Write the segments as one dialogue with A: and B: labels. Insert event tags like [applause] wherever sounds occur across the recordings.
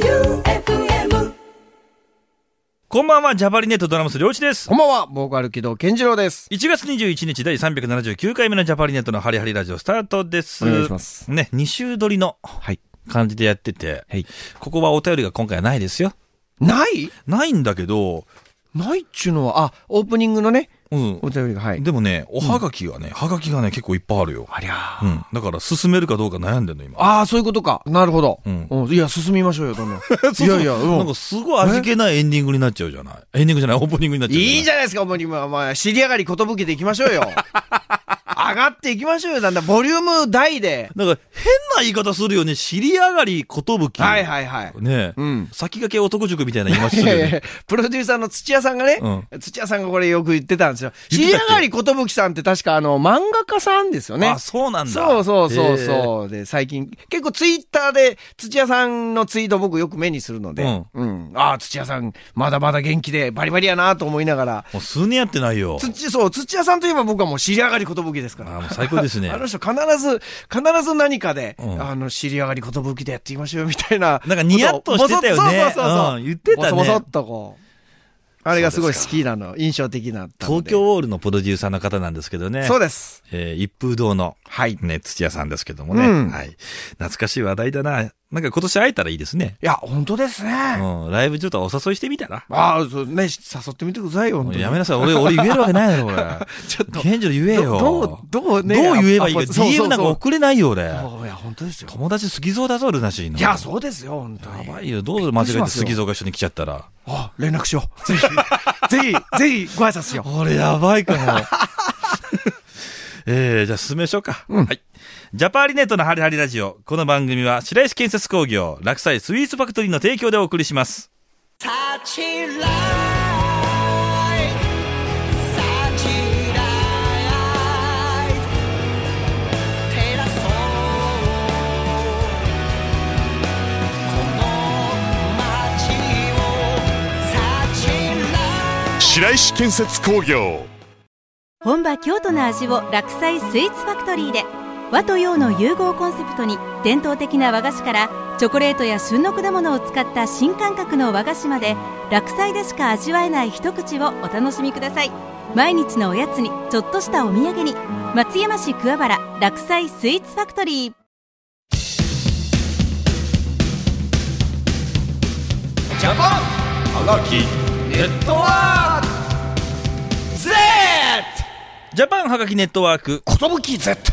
A: J-O-E-U-F-M
B: こんばんは、ジャパリネットドラムス良一です。
C: こんばんは、ボーカル木戸健次郎です。
B: 1月21日第379回目のジャパリネットのハリハリラジオスタートです。
C: お願いします
B: ね、2週撮りの
C: はい。
B: 感じでやってて、
C: はい。
B: ここはお便りが今回はないですよ。
C: ない
B: ないんだけど、
C: ないっちゅうのは、あ、オープニングのね、
B: うん
C: お。便りが、はい。
B: でもね、おはがきがね、はがきがね、結構いっぱいあるよ。
C: ありゃー
B: うん。だから、進めるかどうか悩んでんの、今。
C: ああ、そういうことか。なるほど。
B: うん
C: いや、進みましょうよ、どんど
B: [laughs]
C: ん。いやいや、
B: なん
C: うん
B: か。すごい味気ないエンディングになっちゃうじゃない。エンディングじゃない、オープニングになっちゃう
C: いいじ
B: ゃ
C: ゃないですか、もう今、お前、尻上がりことぶけていきましょ
B: [laughs]
C: うよ。上がっていきましょうよ、だんだん。ボリューム大で。
B: ん。なんか、変な言い方するよね。尻上がり、ことぶき。
C: はいはいはい。
B: ねえ。
C: うん
B: 先駆け男塾みたいな言い方す
C: い
B: る
C: や
B: よ
C: [laughs] い
B: ね。
C: やプロデューサーの土屋さんがね、
B: う
C: 土屋さんがこれよく言ってたんですよ。
B: 言っ
C: 尻
B: て
C: 上
B: たっけ
C: がりことぶきさんって確かあの、漫画家さんですよね
B: あ、。そうなんだ。
C: そうそうそう
B: へえ
C: そう。で、最近、結構ツイッターで土屋さんのツイート僕よく目にするので、
B: うん
C: うん。ああ、土屋さん、まだまだ元気でバリバリやなと思いながら、
B: もう数年やってないよ。
C: 土、そう、土屋さんといえば僕はもう知り上がりことぶきですか
B: あ
C: ら。
B: もう最高
C: [laughs]
B: ですね
C: あの。人必ず、必ず何かで、
B: うん
C: あの、知り上がりことぶきでやっていきましょうみたいな。
B: なんかニヤッとしてたよね
C: そうそうそうそう。
B: うん言ってたね
C: ボソボソっとこう。あれがすごい好きなの、印象的な。
B: 東京。ウォールのプロデューサーの方なんですけどね。
C: そうです。
B: えー一風堂の、
C: はい。い
B: ね、土屋さんですけどもね。
C: うん
B: はい。懐かしい話題だな。なんか今年会えたらいいですね。
C: や、本当ですね。
B: うん。ライブちょっとお誘いしてみたら。
C: ああ、そうね、誘ってみてくださいよ、本
B: も
C: 当
B: う
C: に。
B: やめなさい。俺、俺言えるわけないだろ、俺。
C: [laughs] ちょっと。
B: 賢者言えよ。
C: どどうどうね
B: どう言えばいいか。
C: あそうそう
B: DM なんか送れないよ、俺。
C: そういや、本当ですよ。
B: 友達好きそうだぞ、ルナシーの。
C: いや、そうですよ、本当に。
B: やばいよ。どうぞ間違え
C: び
B: て
C: っくりしますよ
B: 好きそうが一緒に来ちゃったら。
C: あ、連絡しよう。ぜひ、ぜひ、ぜひ、ご挨拶しよう。
B: これやばい
C: [laughs]
B: かも。えー、じゃあ進めましょうか。はい。ジャパーリネットのハリハリラジオ。この番組は白石建設工業、落栽スイーツファクトリーの提供でお送りします。
D: 白石建設工業
E: 本場京都の味を落菜スイーツファクトリーで和と洋の融合コンセプトに伝統的な和菓子からチョコレートや旬の果物を使った新感覚の和菓子まで落菜でしか味わえない一口をお楽しみください毎日のおやつにちょっとしたお土産に松山市桑原落菜スイーツファクトリー
C: ジャパンはがきネットワーク Z!
B: ジャパンはがきネットワーク。
C: ことぶき Z!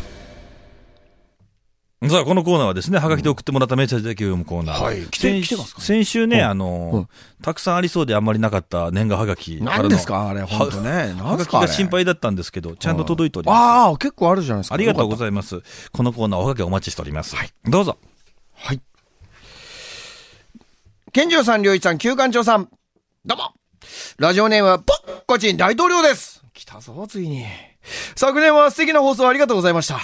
B: さあ、このコーナーはですね、はがきで送ってもらったメッセージだけを読むコーナー。
C: はい来て
B: 先
C: 来てますか
B: 先週ね、あ
C: う
B: の
C: ん、
B: たくさんありそうであんまりなかった年賀はがきからの。
C: 何ですかあれ、本当ね。
B: は
C: 何
B: が
C: す
B: き
C: かあ
B: が
C: れ
B: 心配だったんですけど、ちゃんと届いております。
C: ああ、結構あるじゃないですか。
B: ありがとうご
C: い
B: ざいます。このコーナーおはがきお待ちしております。どうぞ。
C: ます。はい。健次郎さん、良一さん、旧館長さん、どうもラジオネームは、ポッコチン大統領です来たぞ、ついに。昨年は素敵な放送ありがとうございました。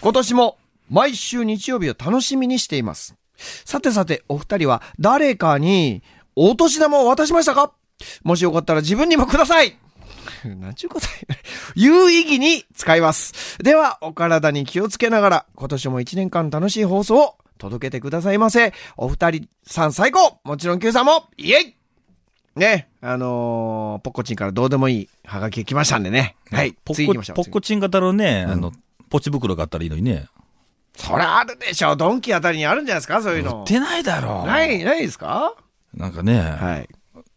C: 今年も、毎週日曜日を楽しみにしています。さてさて、お二人は、誰かに、お年玉を渡しましたかもしよかったら自分にもください [laughs] なんちゅうことや有意義に使います。では、お体に気をつけながら、今年も一年間楽しい放送を届けてくださいませ。お二人さん最高もちろん Q さんもイエイね、あのーポッコチンからどうでもいいハガキが来ましたんでね。はい、
B: ポ
C: 次行きま
B: ッ
C: しょ
B: コ
C: う。
B: ポッコチン型のね、あの、ポチ袋があったらいいのにね。
C: 次そりゃあるでしょ。ドンキあたりにあるんじゃないですかそういうの。
B: 出ないだろう。
C: ない、ないですか
B: なんかね、
C: はい。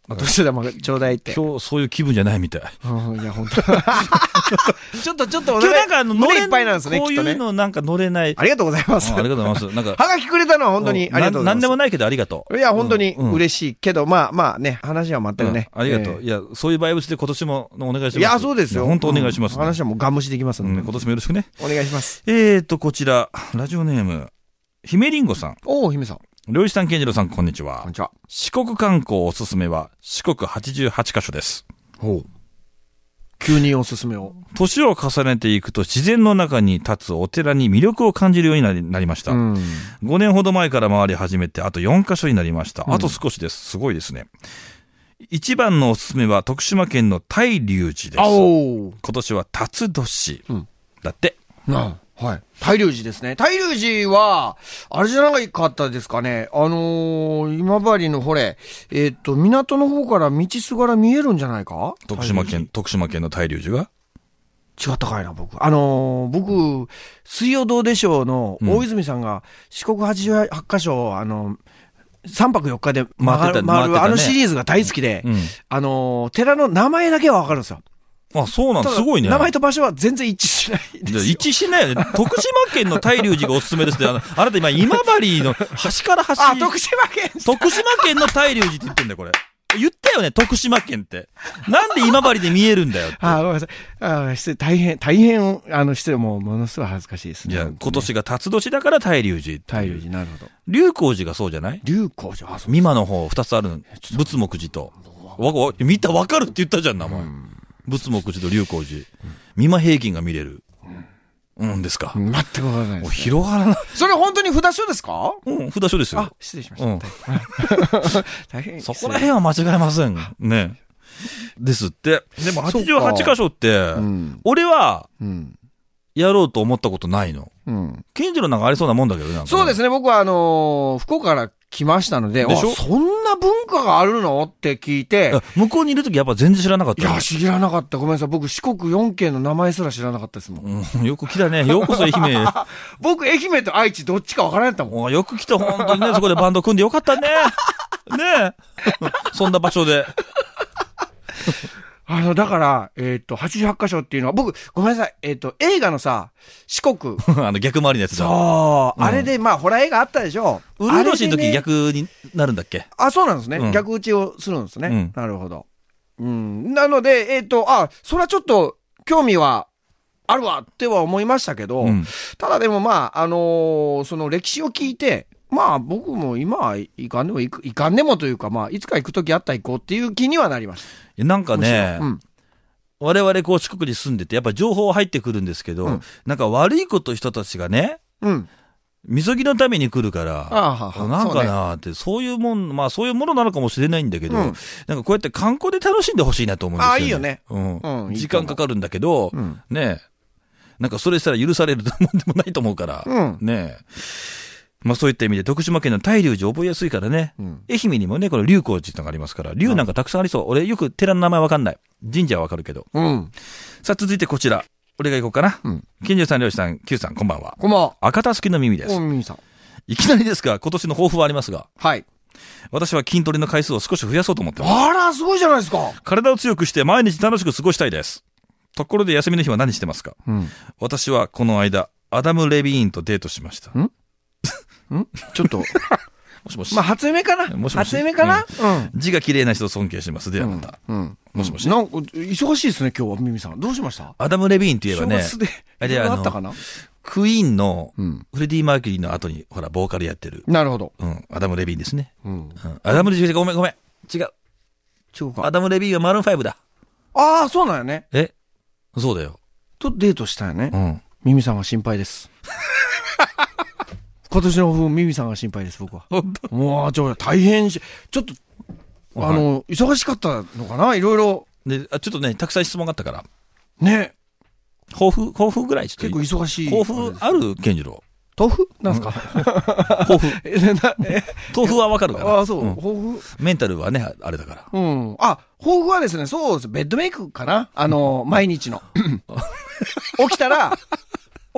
C: お年玉ちょうだいって。
B: 今日そういう気分じゃないみたい。
C: う
B: [laughs]
C: んいや、本当 [laughs] ちょっと、ちょっとお
B: 今日
C: 腹、
B: なんかあの、乗
C: 胸
B: れ
C: いっぱいなんですね、
B: こ
C: き
B: う
C: っ
B: い
C: と
B: う
C: ね。
B: のなんか乗れない。
C: ありがとうございます。
B: うんありがとうございます。なんか、
C: はがきくれたのは本当にありがとうございます。
B: なんでもないけどありがとう。
C: いや、本当に
B: うんうん
C: 嬉しいけど、まあまあね、話は全くね。
B: うんありがとう、
C: え
B: いや、そういうバイブスで今年もお願いします。
C: ーいや、そうですよ。
B: 本当お願いします、
C: うん話はもうガン無視できます
B: うんん
C: で。
B: 今年もよろしくね。
C: お願いします。
B: えーと、こちら、ラジオネーム、姫りんごさん、
C: おお、姫さん。
B: 漁師さん、健次郎さん、こんにちは。
C: こんにちは。
B: 四国観光おすすめは、四国88カ所です。
C: ほう。急におすすめを。
B: 年を重ねていくと自然の中に立つお寺に魅力を感じるようになりなりました。
C: うん。
B: 5年ほど前から回り始めて、あと4カ所になりました。あと少しです。すごいですね。一番のおすすめは徳島県の大龍寺です。
C: あおー
B: 今年は辰年、
C: ん
B: だって。
C: なあ。はい。大龍寺ですね。大龍寺は、あれじゃなかったですかね。あのー、今治のほれ、えーっと、港の方から道すがら見えるんじゃないか
B: 徳島県、徳島県の大龍寺が
C: 違ったかいな、僕。あのー僕、水曜どうでしょうの大泉さんが、四国88カ所、あの3泊4日で
B: 回っ
C: 回
B: てた回っ
C: る、
B: てたね
C: 回る、あのシリーズが大好きで、
B: うん
C: あのー寺の名前だけはわかるんですよ。
B: あ、そうなん
C: ただ
B: すごいね。
C: 名前と場所は全然一致しないんで
B: じゃあ
C: すよ。
B: 一致してないよね。徳島県の大龍寺がおすすめですって、あのあなた今、今治の端から端。
C: あ、徳島県
B: 徳島県の大龍寺って言ってんだよ、これ。言ったよね、徳島県って。なんで今治で見えるんだよって。
C: あごめんなさい。あ失礼、大変、大変、あの、失礼、もう、ものすごい恥ずかしいですね。
B: じゃあ、
C: 本当
B: 今
C: にね。
B: 年が辰年だから大龍寺。
C: 大龍寺、なるほど。
B: 龍光寺がそうじゃない
C: 龍光寺、あ、そう。
B: 美馬の方、二つあるの。仏目寺と。わわ見た、わかるって言ったじゃん、名前。仏目寺と龍光寺。美馬平均が見れる。うん、ですか。
C: 全くわからない
B: も
C: で
B: う
C: す。
B: 広がらない。
C: それ本当に札所ですか
B: うん、札所ですよ
C: あ。、失礼しま
B: うん。
C: した。大変。
B: そこら辺は間違えません。ね。ですって。でも
C: そうか
B: 88箇所って、
C: ん
B: 俺は
C: うん。
B: やろうと思ったことないの。
C: うん。
B: 近所のなんかありそうなもんだけどねなんかね。
C: そうですね、僕はあのー福岡から来ましたので、
B: でしょ
C: あそんな文化があるのって聞いて、
B: あ向こうにいるときやっぱ全然知らなかっ
C: い
B: たよ
C: や、知らなかった。ごめんなさい。僕、四国4県の名前すら知らなかったですもん。
B: うん、よく来たね。ようこそ愛
C: [laughs]
B: 媛へ。
C: 僕、愛媛と愛知どっちかわからなかったもん。
B: およく来た、本当にね。そこでバンド組んでよかったね。ねえ。そんな場所で。 [laughs]
C: あの、だから、えっ、と、88箇所っていうのは、僕、ごめんなさい。えっ、と、映画のさ、四
B: [laughs]
C: 国。
B: あの、逆回りのやつだ。
C: そう、あれで、まあ、ホラー映画あったでしょ。
B: うるう年の時
C: あれでね
B: 逆になるんだっけ
C: あ、そうなんですね。
B: うん
C: 逆打ちをするんですね。
B: うん
C: なるほど。うん。なので、えっ、と、あ、それはちょっと、興味は、あるわっては思いましたけど、
B: うん
C: ただでもまあ、あのーその歴史を聞いて、まあ僕も今はいかんでもいく、いかんでもというか、まあいつか行くときあったら行こうっていう気にはなりまし
B: いやなんか
C: た。むしろ
B: ね、
C: うん。
B: 我々こう四国に住んでて、やっぱ情報は入ってくるんですけど、
C: うん
B: なんか悪いこと人たちがね、
C: うん。
B: みそぎのために来るから、
C: あはは
B: なんかなーって、そういうもん、まあそういうものなのかもしれないんだけど、
C: うん
B: なんかこうやって観光で楽しんでほしいなと思うんですよ、ね。
C: あいいよね。
B: うん。
C: うんいいと思う
B: 時間かかるんだけど、
C: うん
B: ねえなんかそれしたら許されるもんでもないと思うから、
C: うん
B: ねえまあそういった意味で、徳島県の大龍寺覚えやすいからね、
C: ん
B: 愛媛にもね、この龍光寺ってのがありますから、龍なんかたくさんありそう。俺よく寺の名前わかんない。神社はわかるけど。
C: うん。
B: さあ続いてこちら。俺が行こうかな。
C: うん
B: 金城さん、漁師さん、Q さん、こんばんは。
C: こんばんは。
B: 赤たすきの耳です
C: お。みみさん。
B: いきなりですが、今年の抱負はありますが、
C: はい。
B: 私は筋トレの回数を少し増やそうと思ってます。
C: あら、すごいじゃないですか。
B: 体を強くして毎日楽しく過ごしたいです。ところで休みの日は何してますか
C: うん。
B: 私はこの間、アダム・レビーンとデートしました。
C: んちょっと、
B: もしもし。
C: [laughs] まあ初夢かな。
B: もしもし
C: 初夢かな。うん。
B: 字が綺麗な人を尊敬します。ではまた。
C: うん。
B: もしもし
C: なんか、忙しいですね、今日は、みみさん。どうしました
B: アダム・レビーンって言えば
C: 正
B: ね、
C: 月で。
B: あれ
C: いろいろ
B: あの
C: あったかな
B: クイーンの
C: うん。
B: フレディ・マーキュリーの後に、ほら、ボーカルやってる。
C: なるほど。
B: うん、アダム・レビーンですね。
C: うん。
B: うん、アダム・レビーン、ごめんごめん。違う。
C: 違う
B: ア
C: か。
B: ダム・レビーンはマルーン5だ。
C: ああ、そうなんよね。
B: えそうだよ。
C: とデートしたよね
B: う。ん。
C: ミミさんは心配 [laughs] です。今年の抱負、ミミさんが心配です、僕は。もう、ちょ、大変し、ちょっと、
B: はい
C: あの、忙しかったのかないろいろ、
B: で、あちょっとね、たくさん質問があったから、
C: ね、
B: 抱負、抱負ぐらいちょ
C: 結
B: っ
C: 構
B: といい。
C: 忙しい。
B: 抱負ある健次郎。
C: 豆腐なんすか
B: 抱負。
C: え、な、え、
B: 豆腐はわかるから。
C: [laughs] ああ、そう、
B: ん
C: 抱負
B: メンタルはね、あれだから。
C: うん。あ、抱負はですね、そうです。ベッドメイクかなあの、毎日 [laughs] の。起きたら、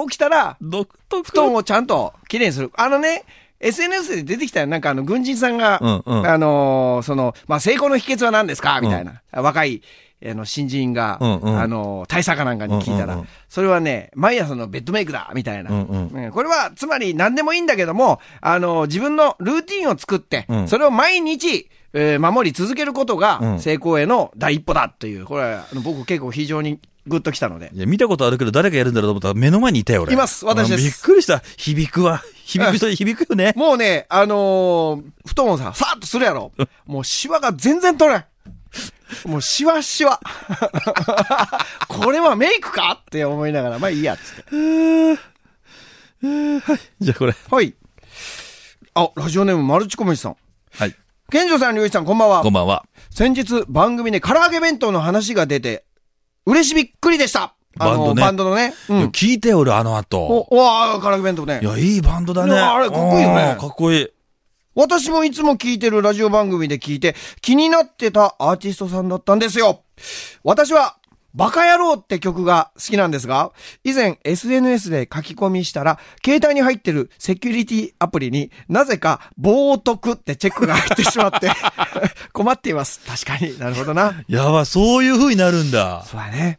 C: 起きたら、
B: 独特
C: 布団をちゃんときれいにする。あのね、SNS で出てきたよ。なんかあの、軍人さんが、
B: うんうん
C: あのーその、まあ、成功の秘訣は何ですかみたいな。若い、あの、新人が、
B: うんうん
C: あのー大佐かなんかに聞い
B: うん
C: たら、
B: うんうん
C: それはね、毎朝のベッドメイクだみたいな。
B: うんうん
C: うんこれは、つまり何でもいいんだけども、あのー自分のルーティンを作って、
B: うん
C: それを毎日、えー守り続けること
B: う
C: が
B: ん
C: 成功への第一歩だという、これはあの僕結構非常にグッときたので。
B: いや、見たことあるけど、誰がやるんだろうと思ったら、目の前にいたよ、俺。
C: います私で
B: う
C: す
B: んびっくりした。響くわ。響く人、響くよね。
C: もうね、あのー布団をさ、さーっとするやろ。もうシワが全然取れん。もうシワシワ。これはメイクかって思いながら、まあいいや、つって。
B: じゃあ、これ。
C: はい。あ、ラジオネームマルチコメジさん。
B: はい。
C: 健城さん、龍一さん、こんばんは
B: こん。ばんは。
C: 先日番組で唐揚げ弁当の話が出て、嬉しびっくりでした。あ
B: バンド
C: の
B: ね
C: バンドのね。う
B: いや
C: ん。
B: 聞いてよ、俺、あの後。
C: お、わあ、カラオケ弁当ね
B: い。や、いいバンドだね。
C: いやあれかっこいいよね
B: うんかっこいい。
C: 私もいつも聞いてるラジオ番組で聞いて気になってたアーティストさんだったんですよ。私はバカ野郎って曲が好きなんですが、以前 SNS で書き込みしたら、携帯に入ってるセキュリティアプリになぜか冒涜ってチェックが入ってしまって、 [laughs] 困っています。確かになるほどな。
B: やばい、そういう風になるんだ。
C: そうだね。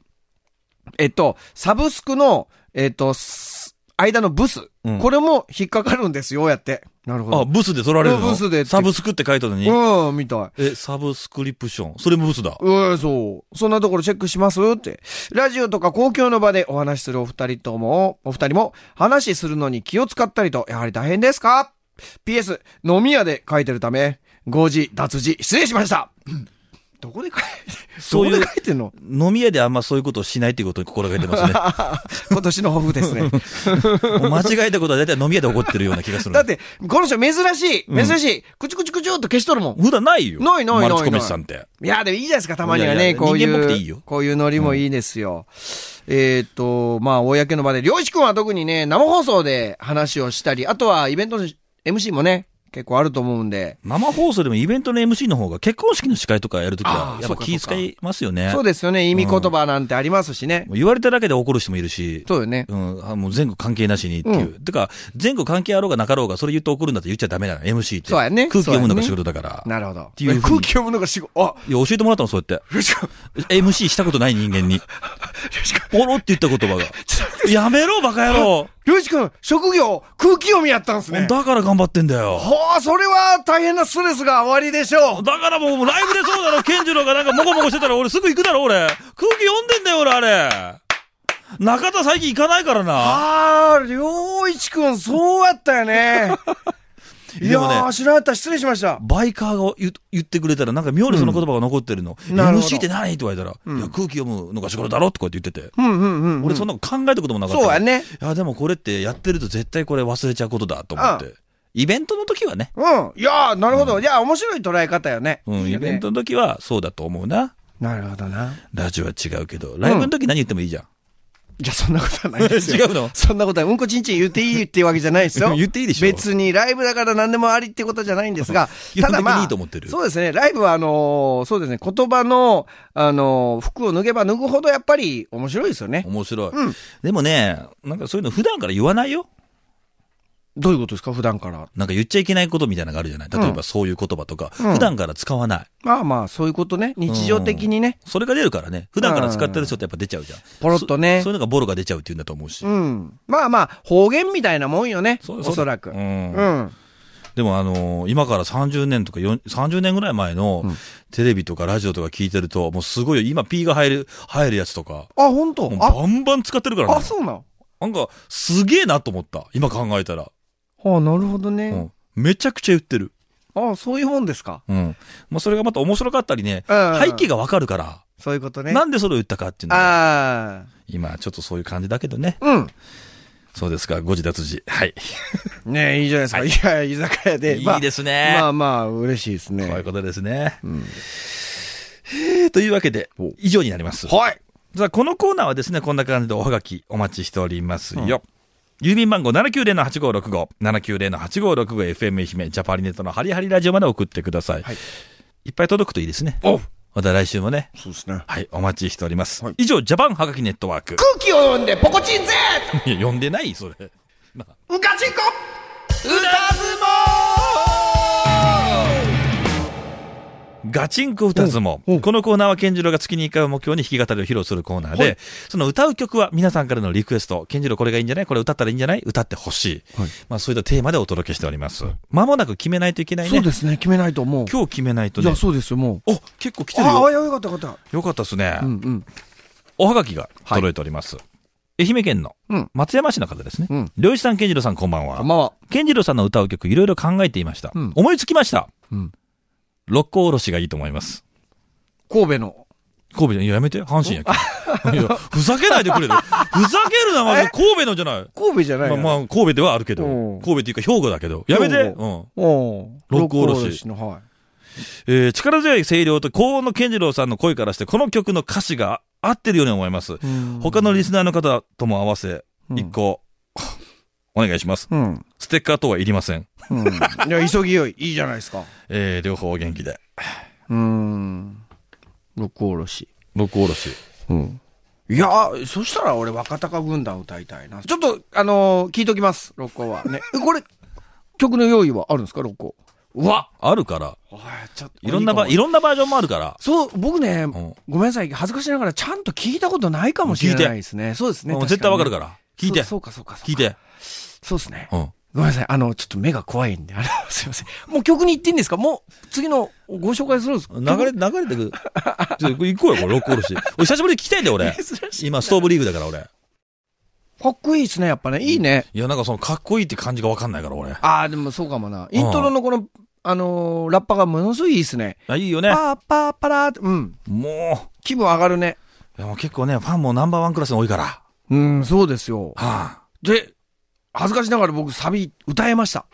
C: えっと、サブスクの、えっと、す間のブス、
B: うん
C: これも引っかかるんですよ、やって。なるほ
B: あ、
C: ど。
B: ブスで取られるの
C: ブスで
B: サブスクって書いたのに。
C: うん、みたい。
B: え、サブスクリプション。それもブスだ。
C: うん、そう。そんなところチェックしますって。ラジオとか公共の場でお話しするお二人とも、お二人も話しするのに気を使ったりと、やはり大変ですか ?PS、飲み屋で書いてるため、誤字、脱字、失礼しました。 [coughs] どこで書い
B: そうい
C: ど
B: う
C: こで書いてんの
B: [laughs] 飲み屋であんまそういうことをしないっていうことに心がけてます
C: [laughs]
B: ね。
C: 今年の抱負
B: [laughs]
C: ですね。
B: もう間違えたことは大体飲み屋で起こってるような気がする。
C: だっ、て、この人珍しい、
B: ん
C: 珍しい、クチュクチュクチュっと消しとるもん。
B: 普段ないよ。
C: ないないないな
B: マ
C: い
B: ルチコメスさんって。
C: いや、でもいいじゃないですか、たまには
B: や
C: い
B: い
C: ね。
B: や
C: こうい
B: 人間っぽくて
C: う、
B: いいよ
C: こういうノリもいいですよ。えーっと、まあ、公の場で、りょうしくんは特にね、生放送で話をしたり、あとはイベントの MC もね、結構あると思うんで。
B: 生放送でもイベントの MC の方が結婚式の司会とかやるときは
C: あ、ー
B: やっ
C: そう
B: ぱ
C: か
B: 気遣いますよね。
C: そうですよね、意味言葉なんてありますしね。
B: もう言われただけで怒る人もいるし。
C: そうよね。
B: うん、あもう全国関係なしにっていう。てか、全国関係あろうがなかろうが、それ言って怒るんだって言っちゃダメなの、MC って。
C: そうやね
B: 空気読むのが仕
C: そうやね
B: 事だから。
C: なるほど。
B: ていうふうに
C: 空気読むのが仕事。あ、
B: いや、教えてもらったの、そうやって。MC したことない人間
C: [laughs]
B: に。ポロって言った言葉が。やめろ、バカ野郎
C: りょうしくん、職業、空気読みやったんですね。
B: だから頑張ってんだよ。
C: ほう、それは大変なストレスが終わりでしょう。
B: だからもうライブでそうだろ、ケンジロウがなんかモコモコしてたら俺すぐ行くだろ、俺。空気読んでんだよ、俺、あれ。中田最近行かないからな。
C: あー、りょういちくん、そうやったよね。い
B: [laughs] で
C: や
B: もね
C: ー、知らなかった。失礼しました。
B: バイカーが言言ってくれたら、なんか妙にその言葉が残ってるの。
C: なるほど
B: MC って何って言われたら、いや、空気読むのが仕事だろとかって言ってて。
C: うんうんうん。
B: 俺そんなの考えたこともなかった。
C: そうや。ね。
B: いや、でもこれってやってると絶対これ忘れちゃうことだと思っ
C: う
B: て。イベントの時はね。
C: うん。いやー、なるほど。いや、面白い捉え方よね。
B: う
C: い
B: ん、
C: い
B: イ
C: よね
B: ベントの時はそうだと思うな。
C: なるほどな。
B: ラジオは違うけど、ライブの時何言ってもいいじゃん。
C: いや、そんなことはないですよ。
B: [laughs] 違うの
C: そんなことは、うんこちんちん言っていいっていうわけじゃないです
B: [laughs]
C: よ。
B: 言っていいでしょ
C: 別にライブだから何でもありってことじゃないんで
B: [laughs]、
C: すが
B: 基
C: た
B: 本的
C: だ
B: に
C: まあ、
B: いいと思ってる
C: そうですね。ライブは、あのーそうですね。言葉の、あのー服を脱げば脱ぐほどやっぱり面白いですよね。
B: 面白い。でもね、なんかそういうの普段から言わないよ。
C: どういうことですか普段から。
B: なんか言っちゃいけないことみたいなのがあるじゃない例えばそういう言葉とか、普段から使わない。
C: まあまあ、そういうことね。日常的にね。
B: それが出るからね。普段から使ってる人ってやっぱ出ちゃうじゃん。
C: ポロッとね
B: そ。そういうのがボロが出ちゃうって言うんだと思うし。
C: うん。まあまあ、方言みたいなもんよね。
B: う
C: お
B: う
C: そらく。
B: う
C: うんん。
B: でもあのー今から30年とかよん30年ぐらい前のテレビとかラジオとか聞いてると、もうすごい今 P が入る、入るやつとか、
C: あ、本当
B: もう
C: あ、
B: バンバン使ってるから
C: あ、
B: ね。
C: そうなの
B: なんかすげえなと思った。今考えたら。
C: あ、なるほど
B: う
C: ね。
B: ん。めちゃくちゃ言ってる。
C: あ、そういうもんですか。
B: うん。まあ、それがまた面白かったりね、
C: うん
B: 背景がわかるから、
C: そういうことね。
B: なんでそれを言ったかっていうのが、
C: ああ。
B: 今ちょっとそういう感じだけどね。
C: うん。
B: そうですか、誤字脱字。はい。
C: ねえ、いいじゃないですか。いや、居酒屋で。まあ
B: いいですね
C: まあまあ、嬉しいですね。
B: こう
C: は
B: いう
C: い。
B: ことですね。へーというわけで、以上になります。さあ、このコーナーはですね、こんな感じでおはがきお待ちしておりますよ。郵便番号790-8565、790-8565、FM 愛媛、ジャパリネットのハリハリラジオまで送ってください。い、っぱい届くといいですね。
C: お
B: また来週もね、
C: そうですね。
B: はい、お待ちしております。以上、ジャパンはがきネットワーク。
C: 空気を読んでポコチンぜ
B: いや、呼んでないそれ。
C: うかちんこ
B: ガチンコ歌相撲。このコーナーは健次郎が月に1回を目標に弾き語りを披露するコーナーで、その歌う曲は皆さんからのリクエスト。健次郎これがいいんじゃないこれ歌ったらいいんじゃない歌ってほしい。まあそういったテーマでお届けしております。まもなく決めないといけないね。
C: そうですね。決めないともう。
B: 今日決めないと
C: い
B: ね
C: や、。そうですよ、もう。
B: お、結構来てる
C: あ
B: よ
C: あ、。よかったよかっ
B: よかったですね。
C: た。うんうん。
B: おはがきが届いております。愛媛県の
C: うん
B: 松山市の方ですね
C: うん。
B: 漁師さん、健次郎さんこんばんは。
C: こんばんは。
B: 健次郎さんの歌う曲いろいろ考えていました。
C: うん
B: 思いつきました。
C: うん
B: 六甲おろしがいいと思います。
C: 神戸の。
B: 神戸じゃんいややめて、阪神やけん [laughs] いやふざけないでく
C: [laughs]
B: れる。ふざけるな、まず神戸のじゃない。
C: 神戸じゃない
B: まあ、
C: の
B: まあ、神戸ではあるけど
C: うん、
B: 神戸っていうか兵庫だけど、やめて、
C: 兵
B: うん。
C: おお。
B: 六甲おろし
C: の、はい。
B: えー力強い声量と高音の健次郎さんの声からして、この曲の歌詞が合ってるように思います。他のリスナーの方とも合わせ、
C: うん
B: 一個、 [laughs] お願いします。
C: うん。
B: ステッカー等はいりません。
C: うん。いや、急ぎよい。いいじゃないですか。
B: えー両方お元気で。
C: うん。六おろし。
B: 六おろし。
C: うん。いや、そしたら俺、若隆軍団歌いたいな。ちょっと、あのー聞いときます、六甲は。ね。えこれ、曲の用意はあるんですか、六甲。うわ
B: あるから、
C: おいちょっと
B: いろんなば、いろんなバージョンもあるから、
C: そう、僕ね、
B: ん
C: ごめんなさい、恥ずかしながら、ちゃんと聞いたことないかもしれないですね。そうですね。
B: もう
C: 確
B: 絶対わかる
C: にね
B: から。聞いて。
C: そうそうか、そうか。そうか
B: 聞い。て。
C: そうですね。
B: うん。
C: ごめんなさい、あの、ちょっと目が怖いんで、あの、すいません。もう曲に行っていいんですかもう、次のご紹介するんですか
B: 流れ、流れてく。ちょっと行こうよ、これ、六おろし。俺、久しぶりに聞きたいんだ
C: [laughs]
B: よ、俺。
C: 珍しい。
B: 今、ストーブリーグだから、俺。
C: かっこいいですね、やっぱね。いいね。
B: いや、なんかその、かっこいいって感じがわかんないから、俺。
C: ああ、でもそうかもな。イントロのこの、あのーラッパがものすごいいいですね。
B: あ、いいよ
C: パ
B: ね。
C: ーパーパラーって、うん。
B: も
C: 気分上がるね。
B: う、いやもう結構ね、ファンもナンバーワンクラスに多いから。は
C: うん、そうですよ。
B: あ。
C: で、恥ずかしながら僕サビ歌えました。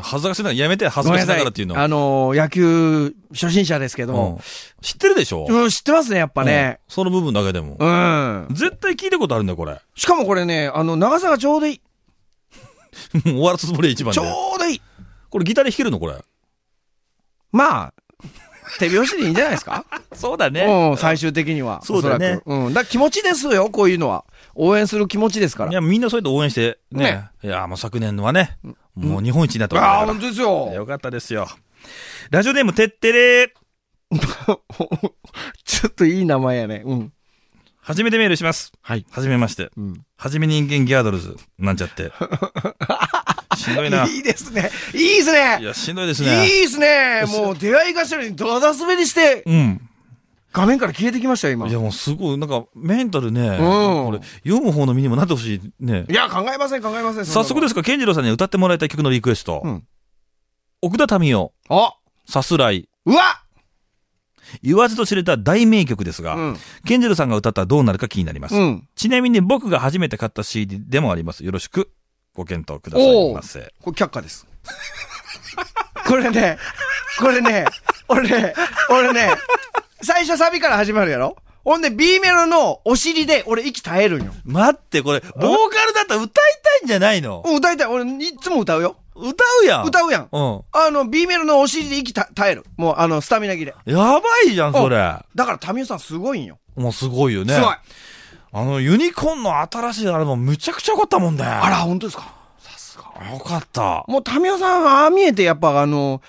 B: 恥ずかしながら、やめて、恥ずかしながらっていうの。
C: ごめんなさあのー野球初心者ですけ
B: うん
C: ど、
B: 知ってるでしょ
C: うん、知ってますね、やっぱね。
B: うんその部分だけでも
C: う。ん。
B: 絶対聞いたことあるんだよ、これ。 [laughs]
C: しかもこれね、あの、長さがちょうどいい。
B: もう終わらすつもりで一番
C: ち
B: で
C: ょ。うどいい。
B: これギターで弾けるのこれ。
C: まあ、手拍子でいいんじゃないですか
B: そうだ。
C: うん、最終的には。
B: そうだね
C: おそらくうん。だから気持ちですよ、こういうのは。応援する気持ちですから
B: い。や、みんなそうやって応援して、ね
C: ね。
B: いや、もう昨年はね、もう日本一になった
C: ああ、
B: わけだ
C: 本当です
B: から。
C: よ。
B: よかったですよ。ラジオネーム、てってれー。
C: [laughs] ちょっといい名前やね。うん。
B: 初めてメールします。
C: はい。
B: はじめまして。
C: うん、
B: はじめ人間ギャードルズ、なんちゃ
C: [laughs]
B: って。しんどいな。
C: い
B: い
C: いですね。いいですね。
B: や、しんどいです
C: いい
B: ね。
C: ですね。もう出会い頭にドダ滑りして、
B: うん。
C: 画面から消えてきましたよ、今。
B: い
C: い
B: や、
C: や、
B: もうすごい、なんか、メンタルね、
C: ん
B: これ、読む方の身にもなってほしいね。
C: 考えません、考えません。。
B: 早速ですすが、健次郎さんに歌ってもらいたい曲のリクエスト。
C: うん
B: 奥田民生、
C: あ
B: さすらい、
C: うわ
B: 言わずと知れた大名曲ですが、
C: うん
B: 健次郎さんが歌ったらどうなるか気になります。
C: うん。
B: ちなみに僕が初めて買った CD でもあります。よろしく、ご検討くださいませ。
C: これ却下です。これね、これね、俺ね、俺ね、最初サビから始まるやろほんで B メロのお尻で俺息絶えるんよ。
B: 待って、これ、ボーカルだったら歌いたいんじゃないの
C: 歌いたい。俺いつも歌うよ。
B: 歌うやん。
C: 歌うやん。
B: う
C: あの、B メロのお尻で息た耐える。もう、あの、スタミナ切れ。
B: ん。やばいじゃん、それ。
C: だから、タミオさんすごいんよ。
B: もうすごいよね。
C: すごい。
B: あの、ユニコーンの新しいアルバム、むちゃくちゃ良かったもんだよ。
C: あら、本当ですか。
B: ら。よかった。
C: もう、タミオさんは、ああ見えて、やっぱ、あの、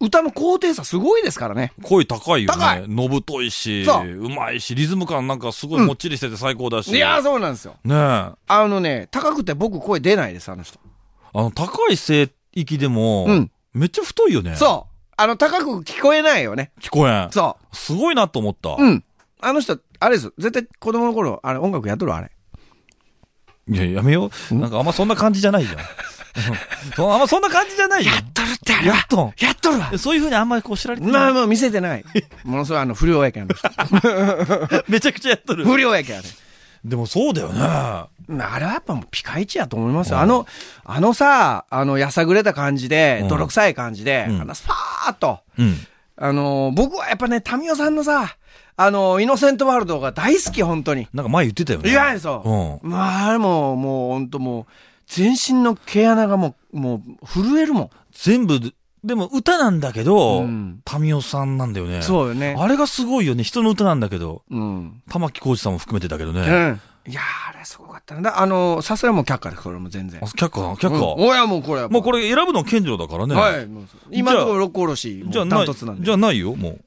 C: 歌の高低差すごいですからね。
B: 声高いよね。
C: 高い
B: のぶといし、
C: そう
B: うまいし、リズム感なんかすごいもっちりしてて最高だし。
C: いやー、
B: ね
C: そうなんですよ。
B: え。あ
C: あのね、高くて僕声出ないです、あの人。
B: の、高い声域でも、
C: うん
B: めっちゃ太いよね。う。
C: そう。あの、高く聞こえないよね。
B: 聞こえん。
C: そ
B: すごいなと思った。
C: う。うん。あの人、あれです。絶対子供の頃、あれ、音楽やっとるあれ。
B: いや、やめよう。なんかあんまそんな感じじゃないじゃん。 [laughs] うんそあんまそんな感じじゃないじゃん。やっとるってやっと
C: やっとるわ
B: ん。そういうふうにあんまりこう知られて
C: ま
B: な
C: あ、
B: い。
C: もう見せてない。 [laughs] ものすごい、あの、不良やけん。あの人 [laughs]
B: [laughs] めちゃくちゃやっとる。
C: 不良やけん、あれ。
B: でもそうだよね。
C: あれはやっぱもうピカイチやと思いますよ。あの、あのさ、あの、やさぐれた感じで
B: うん、
C: 泥臭い感じで、
B: うん
C: あのスパーッと。
B: うん。
C: あの、僕はやっぱね、民生さんのさ、あの、イノセントワールドが大好き、本当に。
B: なんか前言ってたよね。
C: いやですよ。
B: う
C: まあ、あれも、もう、本当もう、全身の毛穴がもう、もう、震えるもん。
B: 全部、でも歌なんだけど、
C: うん
B: 民生さんなんだよね。
C: そうよね。
B: あれがすごいよね。人の歌なんだけど。
C: うん。
B: 玉置浩二さんも含めてだけど
C: う
B: ね。
C: ん。いやー、あれすごかったな。だあの、さすがもう却下です、これも全然
B: あ。却下だ、却
C: うん
B: 下。
C: おや、もうこれ。
B: もうこ
C: れ。
B: れ選ぶの健次郎だからね。
C: はい。もう今のところ六甲おろし、
B: じゃあ
C: ダ
B: な
C: ン
B: い
C: トツなん、で
B: じゃ。あないよ、もう。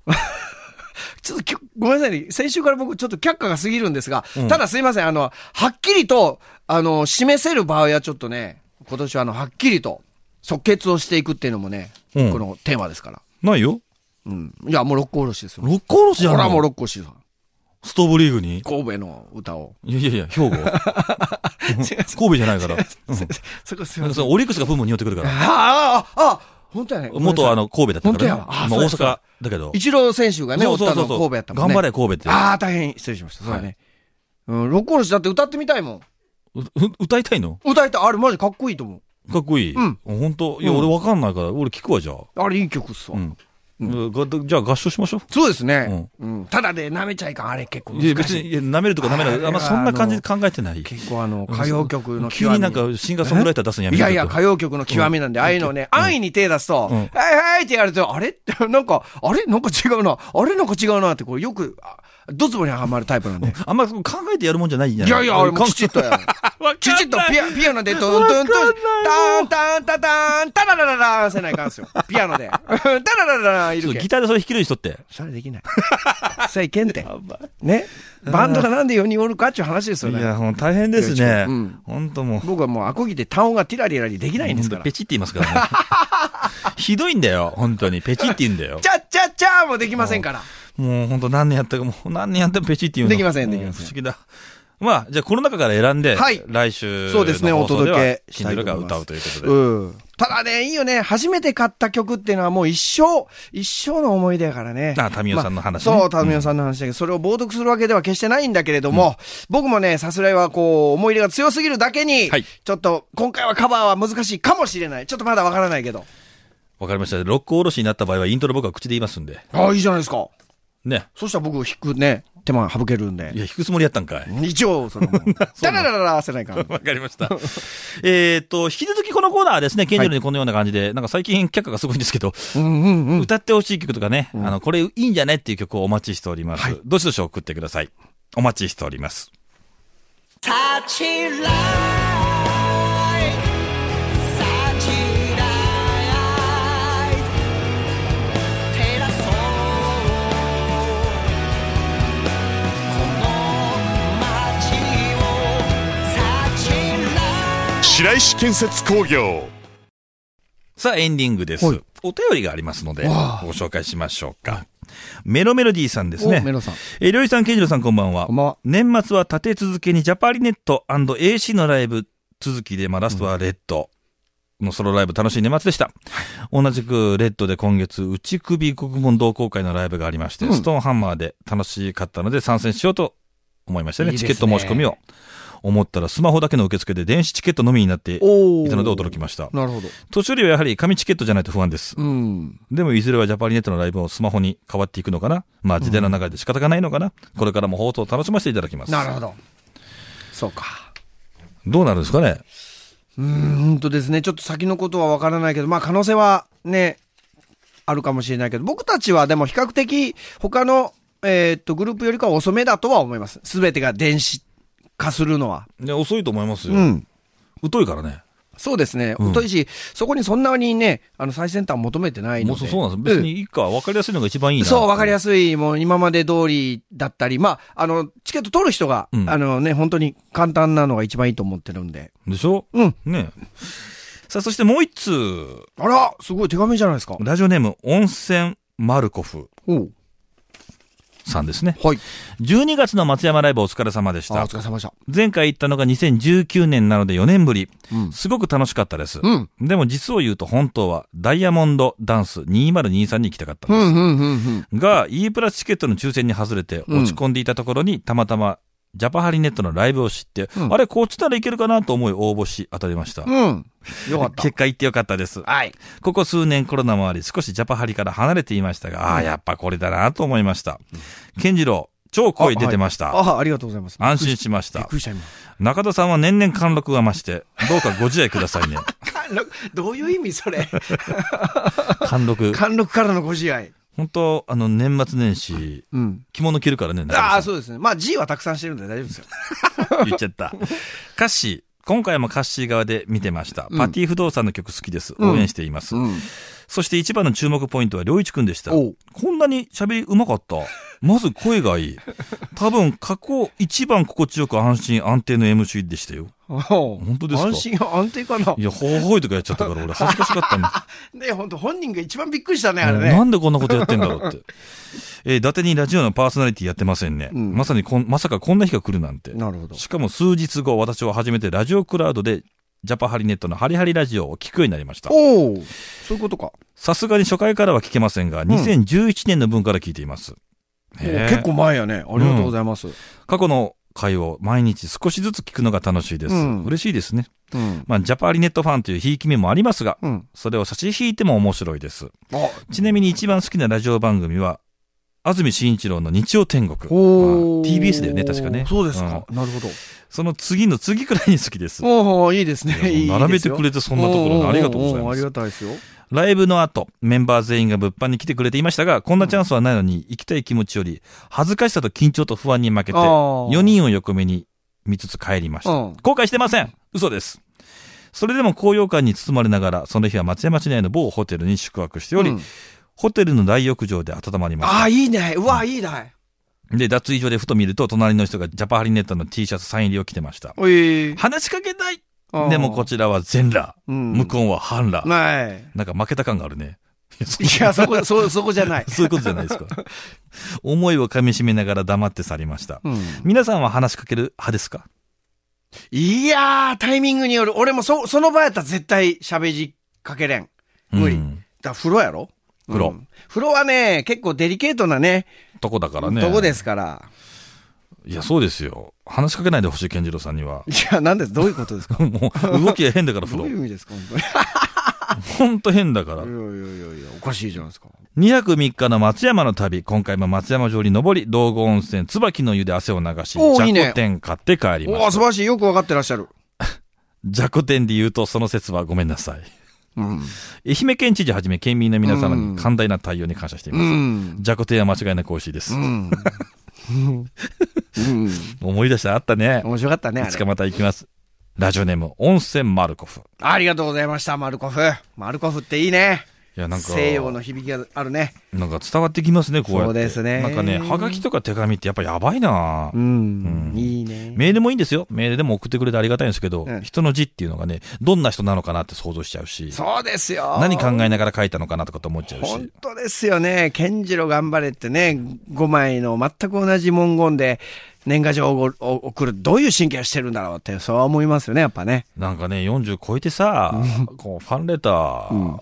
C: ちょっときょごめんなさいね。先週から僕ちょっと却下が過ぎるんですが、
B: うん
C: ただすいません。あの、はっきりと、あの、示せる場合はちょっとね、今年はあの、はっきりと、即決をしていくっていうのもね、
B: うん
C: このテーマですから。
B: ないよ。
C: うん。いや、もう六甲おろしですよ。
B: 六甲おろしじゃ
C: ほ
B: ん。
C: ら、もう六甲しさん。
B: ストーブリーグに。
C: 神戸の歌を。
B: いやいやいや、
C: [laughs]
B: 兵庫。神戸じゃないから。
C: そこすい
B: なん
C: ま
B: か [laughs]
C: せ
B: その
C: ん。
B: オリックスがブームに寄ってくるから。
C: ああ、ああ、本当やね。ごめんなさい
B: 元あの、神戸だった
C: 本当
B: か
C: や
B: らね
C: わ。あ。
B: 今
C: そう
B: 大
C: やそうや
B: 阪だけど。
C: イチロー選手がね、おったの神戸やったもんね。
B: 頑張れ、神戸って。
C: ああ、大変失礼しました。そうだね。うん、六甲おろしだって歌ってみたいもん。
B: うう歌いたいの
C: 歌いたい。あれマジかっこいいと思う。
B: かっこいい。
C: うん
B: 本当いや、
C: うん
B: 俺わかんないから、俺聞くわ、じゃあ。
C: あれいい曲っすわ。
B: うん。うんがじゃあ合唱しましょう。
C: そうですね。うん。ただで舐めちゃいかん、あれ結構
B: いや
C: 難
B: 別
C: しい。
B: に、いや舐めるとか舐めない。あんまそんな感じで考えてない。
C: 結構あの、歌謡曲の
B: 急になんかシンガーソングライター出すには
C: 極みいやいや、歌謡曲の極みなんで、ああいうのをね、安易に手出すと、はいはいってやると、あれなんか、あれなんか違うな。あれなんか違うなって、こう、よく、あドツボにはまるタイプなんで。
B: あんま考えてやるもんじゃないんじゃ
C: い
B: ない
C: やいや、俺もきちっとやる。きちっとピアピアノでトントントン、タンタンタタン、タラララランせないかんすよ。ピアノで。タラララランい
B: ちょ
C: る
B: っと
C: け
B: ギ。ターでそれ弾ける人って。
C: それできない。それいけんて。ね。バンドがなんで4人おるかっていう話ですよ
B: い
C: ね。
B: や、ほん大変ですね
C: うん。
B: ほんともう。
C: 僕はもうアコギで単音がティラリラリできないんですから。
B: ペチって言います
C: [laughs]
B: からね。ひどいんだよ、本当に。ペチって言うんだよ
C: チ。ャッチャッチャーもできませんから。
B: もう本当何年やったか、もう何年やってもペチって言うの。
C: できませんできません
B: う不思議だ。まあ、じゃあこの中から選んで、
C: はい
B: 来週の
C: そうですね
B: 放送では
C: お届けしたいと
B: Kindle
C: 思
B: が
C: い
B: 歌
C: ます
B: うということで。
C: うん。ただね、いいよね。初めて買った曲っていうのはもう一生、一生の思い出やからね。
B: あタミオさんの話ね
C: まあそう、タミオさんの話だけど、それを冒涜するわけでは決してないんだけれども、僕もね、さすらいはこう、思い入れが強すぎるだけに、
B: はい
C: ちょっと、今回はカバーは難しいかもしれない。ちょっとまだわからないけど。
B: わかりました。六甲おろしになった場合はイントロ僕は口で言いますんで。
C: ああ、いいじゃないですか。
B: ね。
C: そしたら僕、弾くね、手間省けるんで
B: い。や、弾くつもりやったん
C: [laughs]
B: かい。
C: 一応、
B: [laughs]
C: その、ダラダラダラせないから。
B: わかりました。えっと、引き続きこのコーナーはですね、ケンジロにこのような感じで、なんか最近却下がすごいんです
C: [laughs]
B: けど、
C: うんうんうん。
B: 歌ってほしい曲とかね、あの、これいいんじゃねっていう曲をお待ちしております。どしどし送ってください。お待ちしております。
D: 白石建設工業
B: さあ、エンディングです。
C: はい
B: お便りがありますので、ご
C: わあ
B: 紹介しましょうか。メロメロディーさんですね
C: お。メロさん。
B: えー、りょうじさん、けんじろさん、こんばんは。
C: こんばんは
B: 年末は立て続けにジャパリネット &AC のライブ続きで、まあ、ラストはレッドのソロライブ楽しい年末でした。同じくレッドで今月、内首国門同好会のライブがありまして、
C: うん
B: ストーンハンマーで楽しかったので参戦しようと思いましたね。
C: いいです
B: チ
C: ね
B: ケット申し込みを。思ったらスマホだけの受付で電子チケットのみになっていた
C: おー
B: ので驚きました。
C: なるほど。
B: 年寄りはやはり紙チケットじゃないと不安です。
C: うん。
B: でもいずれはジャパリネットのライブをスマホに変わっていくのかなまあ時代の流れで仕方がないのかな、これからも放送を楽しませていただきます。
C: なるほど。そうか。
B: どうなるんですかね
C: うーん、本当ですね。ちょっと先のことはわからないけど、まあ可能性はね、あるかもしれないけど、僕たちはでも比較的他の、えーっと、グループよりかは遅めだとは思います。すべてが電子化するのは。
B: ね遅いと思いますよ。
C: うん。
B: 疎いからね。
C: そうですね。
B: うん
C: 太いし、そこにそんなにね、あの、最先端を求めてないの
B: も
C: で。
B: うそうそうなんです。別
C: ええ
B: にいいか、分かりやすいのが一番いいな。
C: そう、わかりや
B: すい。
C: すい。もう今まで通りだったり、まあ、あの、チケット取る人が、
B: うん
C: あのね、本当に簡単なのが一番いいと思ってるんで。
B: でしょ
C: うん。
B: ねさあ、そしてもう一通。
C: あら、すごい手紙じゃないですか。
B: ラジオネーム、温泉マルコフ
C: おう
B: さんですね。
C: はい。
B: 12月の松山ライブお疲れ様でし
C: あお
B: た。
C: 疲れ様でした。
B: 前回行ったのが2019年なので4年ぶり。
C: うん
B: すごく楽しかったです。
C: うん。
B: でも実を言うと本当はダイヤモンドダンス2023に行きたかったん
C: う
B: です。
C: ん、うん、うん、
B: が、E プラスチケットの抽選に外れて
C: うん
B: 落ち込んでいたところに、たまたまジャパハリネットのライブを知って、
C: うん
B: あれ、こっちならいけるかなと思い応募し当たりました。
C: うん。うん。よかった
B: 結。果行ってよかったです。
C: はい。
B: ここ数年コロナもあり、少しジャパハリから離れていましたが、ああ、やっぱこれだなと思いました。健次郎、超声出てました。
C: あ、ありがとうございます。
B: 安心しまし
C: びったく。りした、今。
B: 中田さんは年々貫禄が増して、どうかご自愛くださ
C: [laughs]
B: いね。
C: 貫禄、どういう意味それ。
B: 貫禄。
C: 貫禄からのご自愛。
B: 本当あの、年末年始、
C: うん。
B: 着物着るからね、中田さん
C: ああ、そうですね。まあ、G はたくさんしてるんで大丈夫ですよ。 [laughs]
B: 言っちゃった。カッシー。今回もカッシー側で見てました。
C: うん
B: パティ不動産の曲好きです。
C: うん
B: 応援しています。
C: ん。
B: そして一番の注目ポイントは、りょういちくんでした。
C: おう
B: こんなに喋りうまかった。まず声がいい。多分、過去一番心地よく安心安定の MC でしたよ。
C: 本
B: 当ですか。
C: 安心、安定かない
B: や、ほうほいとかやっちゃったから、俺恥ずかしか
C: [laughs]
B: ったんだ。
C: ね、本当本人が一番びっくりしたね、あれ
B: な
C: ね。
B: んでこんなことやってんだろうって。えー伊達にラジオのパーソナリティやってませんね。
C: うん
B: まさにこん、まさかこんな日が来るなんて。
C: なるほど
B: しかも数日後、私は初めてラジオクラウドで、ジャパハリネットのハリハリラジオを聞くようになりました。
C: おお。そういうことか。
B: さすがに初回からは聞けませんが、2011年の分から聞いています。へえ
C: 結構前やね。ありがとうございます。
B: 過去の回を毎日少しずつ聞くのが楽しいです。
C: うん
B: 嬉しいですね。
C: うん。
B: まあ、ジャパリネットファンというひいき目もありますが、
C: うん。
B: それを差し引いても面白いです。
C: あ、
B: ちなみに一番好きなラジオ番組は、安住紳一郎の日曜天国。
C: お
B: まあ TBS だよね、確かね。
C: そうです
B: ん
C: か。なるほど。
B: その次の次くらいに好きです。
C: おおいいですね。いいですよ
B: 並べてくれてそんなところにありがとうござい
C: おーおーおー
B: ま
C: あり
B: す
C: が。たいですよ。
B: ライブの後、メンバー全員が物販に来てくれていましたが、こんなチャンスはないのに、行きたい気持ちより、恥ずかしさと緊張と不安に負けて、
C: あー
B: 4人を横目に見つつ帰りました。
C: うん
B: 後悔してません嘘です。それでも高揚感に包まれながら、その日は松山市内の某ホテルに宿泊しており、
C: うん
B: ホテルの大浴場で温まりました
C: あ。あ、いいね。うわ、いいね。
B: で、脱衣所でふと見ると、隣の人がジャパハリネットの T シャツサイン入りを着てました。
C: おい。
B: 話しかけたい
C: あー
B: でもこちらは全裸。
C: うん
B: 向こうは半裸。
C: はい。
B: なんか負けた感があるね。いやそ
C: いや、そこ、そ、そこじゃない。
B: [laughs] そういうことじゃないですか。思いをかみしめながら黙って去りました。
C: うん。
B: 皆さんは話しかける派ですか
C: いやー、タイミングによる。俺もそ、その場やったら絶対喋りかけれん。無理。
B: うん
C: だから風呂やろ
B: 風呂
C: うん風呂はね、結構デリケートなね、
B: とこだからね。
C: とこですから。
B: いや、そうですよ。話しかけないでほしい、健次郎さんに
C: [laughs]
B: は。
C: いや、なんです、どういうことですか
B: もう、動きが変だ [laughs] から、風
C: どういう
B: 呂。
C: 意味ですか本当に
B: ほんと変だから。
C: いやいやいやいや、おかしいじゃないですか。
B: 2泊3日の松山の旅、今回も松山城に登り、道後温泉、椿の湯で汗を流し、じ
C: おーいいね
B: ゃこ天買って帰り
C: お
B: ま
C: おー
B: し
C: 素
B: た。
C: 晴らしい。よくわかってらっしゃる。
B: じゃこ天で言うと、その説はごめんなさい。
C: うん。
B: 愛媛県知事はじめ県民の皆様に寛大な対応に感謝していま
C: う
B: す。
C: ん。
B: じゃこ天は間違いなく美味しいです
C: う。ん。うん。
B: 思い出したあったね。
C: 面白かったね、あ
B: いつか
C: れ。
B: また行きます。ラジオネーム、温泉マルコフ。
C: ありがとうございました、マルコフ。マルコフっていいね。
B: いや、なんか、
C: 西洋の響きがあるね。
B: なんか伝わってきますね、こうやって。
C: そうですね
B: なんかね、はがきとか手紙ってやっぱやばいな
C: う、ん。いいね。
B: メールもいいんですよ。メールでも送ってくれてありがたいんですけど、
C: うん
B: 人の字っていうのがね、どんな人なのかなって想像しちゃうし、
C: そうですよ。
B: 何考えながら書いたのかなとかと思っちゃう
C: 本
B: し。
C: 当ですよね。健次郎頑張れってね、5枚の全く同じ文言で年賀状を送る、どういう神経をしてるんだろうって、そう思いますよね、やっぱね。
B: なんかね、40超えてさ、こうファンレター、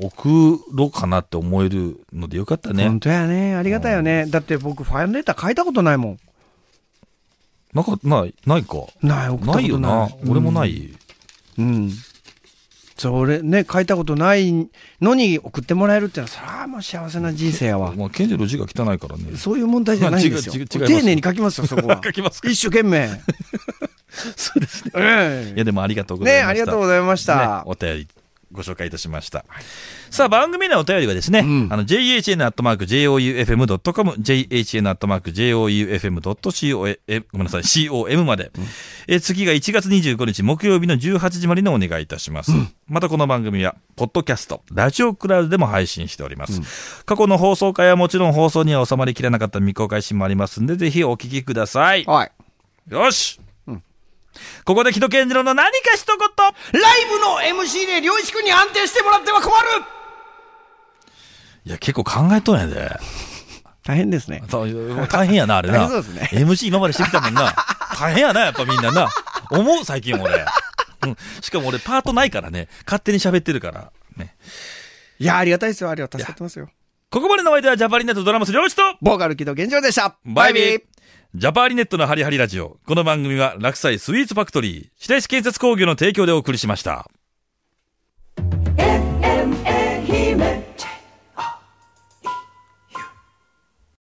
B: 送ろうかなって思えるのでよかったね
C: 本。当やね。ありがたいよね。だって僕、ファンレター書いたことないもん。
B: なんか、ない、ないか。
C: ない、送ったこと
B: な
C: ない。。
B: いよな。俺もないい。
C: うん。それね、書いたことないのに送ってもらえるってのは、それはもう幸せな人生やわ。
B: まあ、ケンジロ字が汚いからね。
C: そういう問題じゃないんですよ。
B: 違う違う違います。
C: 丁寧 [laughs] に書きますよ、そこは
B: 書きますか
C: 一生懸命。
B: そうですね。
C: ええ
B: いや、でもありがとうございまし
C: ね、
B: た。
C: ありがとうございました
B: ね。お便り。ご紹介いたしました。さあ、番組のお便りはですね、あの、jhn.joufm.com、jhn.joufm.co、え、ごめんなさい、com まで。え、次が1月25日木曜日の18時までにお願いいたします。またこの番組は、ポッドキャスト、ラジオクラウドでも配信しております。過去の放送回はもちろん放送には収まりきらなかった未公開シーンもありますんで、ぜひお聞きください。
C: はい。
B: よし、ここで木戸健次郎の何か一言
C: ライブの MC で漁師君に安定してもらっては困る
B: いや、結構考えとんやで。
C: 大変ですね。
B: そう [laughs] 大変やな、あれな。
C: そうですね
B: MC 今までしてきたもんな。大変やな、やっぱみんなな。思う、最近俺。うん、しかも俺パートないからね。勝手に喋ってるから。ね。
C: いや、ありがたいですよ。ありがたい。助かってますよ。
B: ここまでのお相手はジャパリネットドラマス両師と
C: ボーカル起動現状でした。
B: バイビージャパーリネットのハリハリラジオ。この番組は落栽スイーツファクトリー、白石建設工業の提供でお送りしました。
A: FM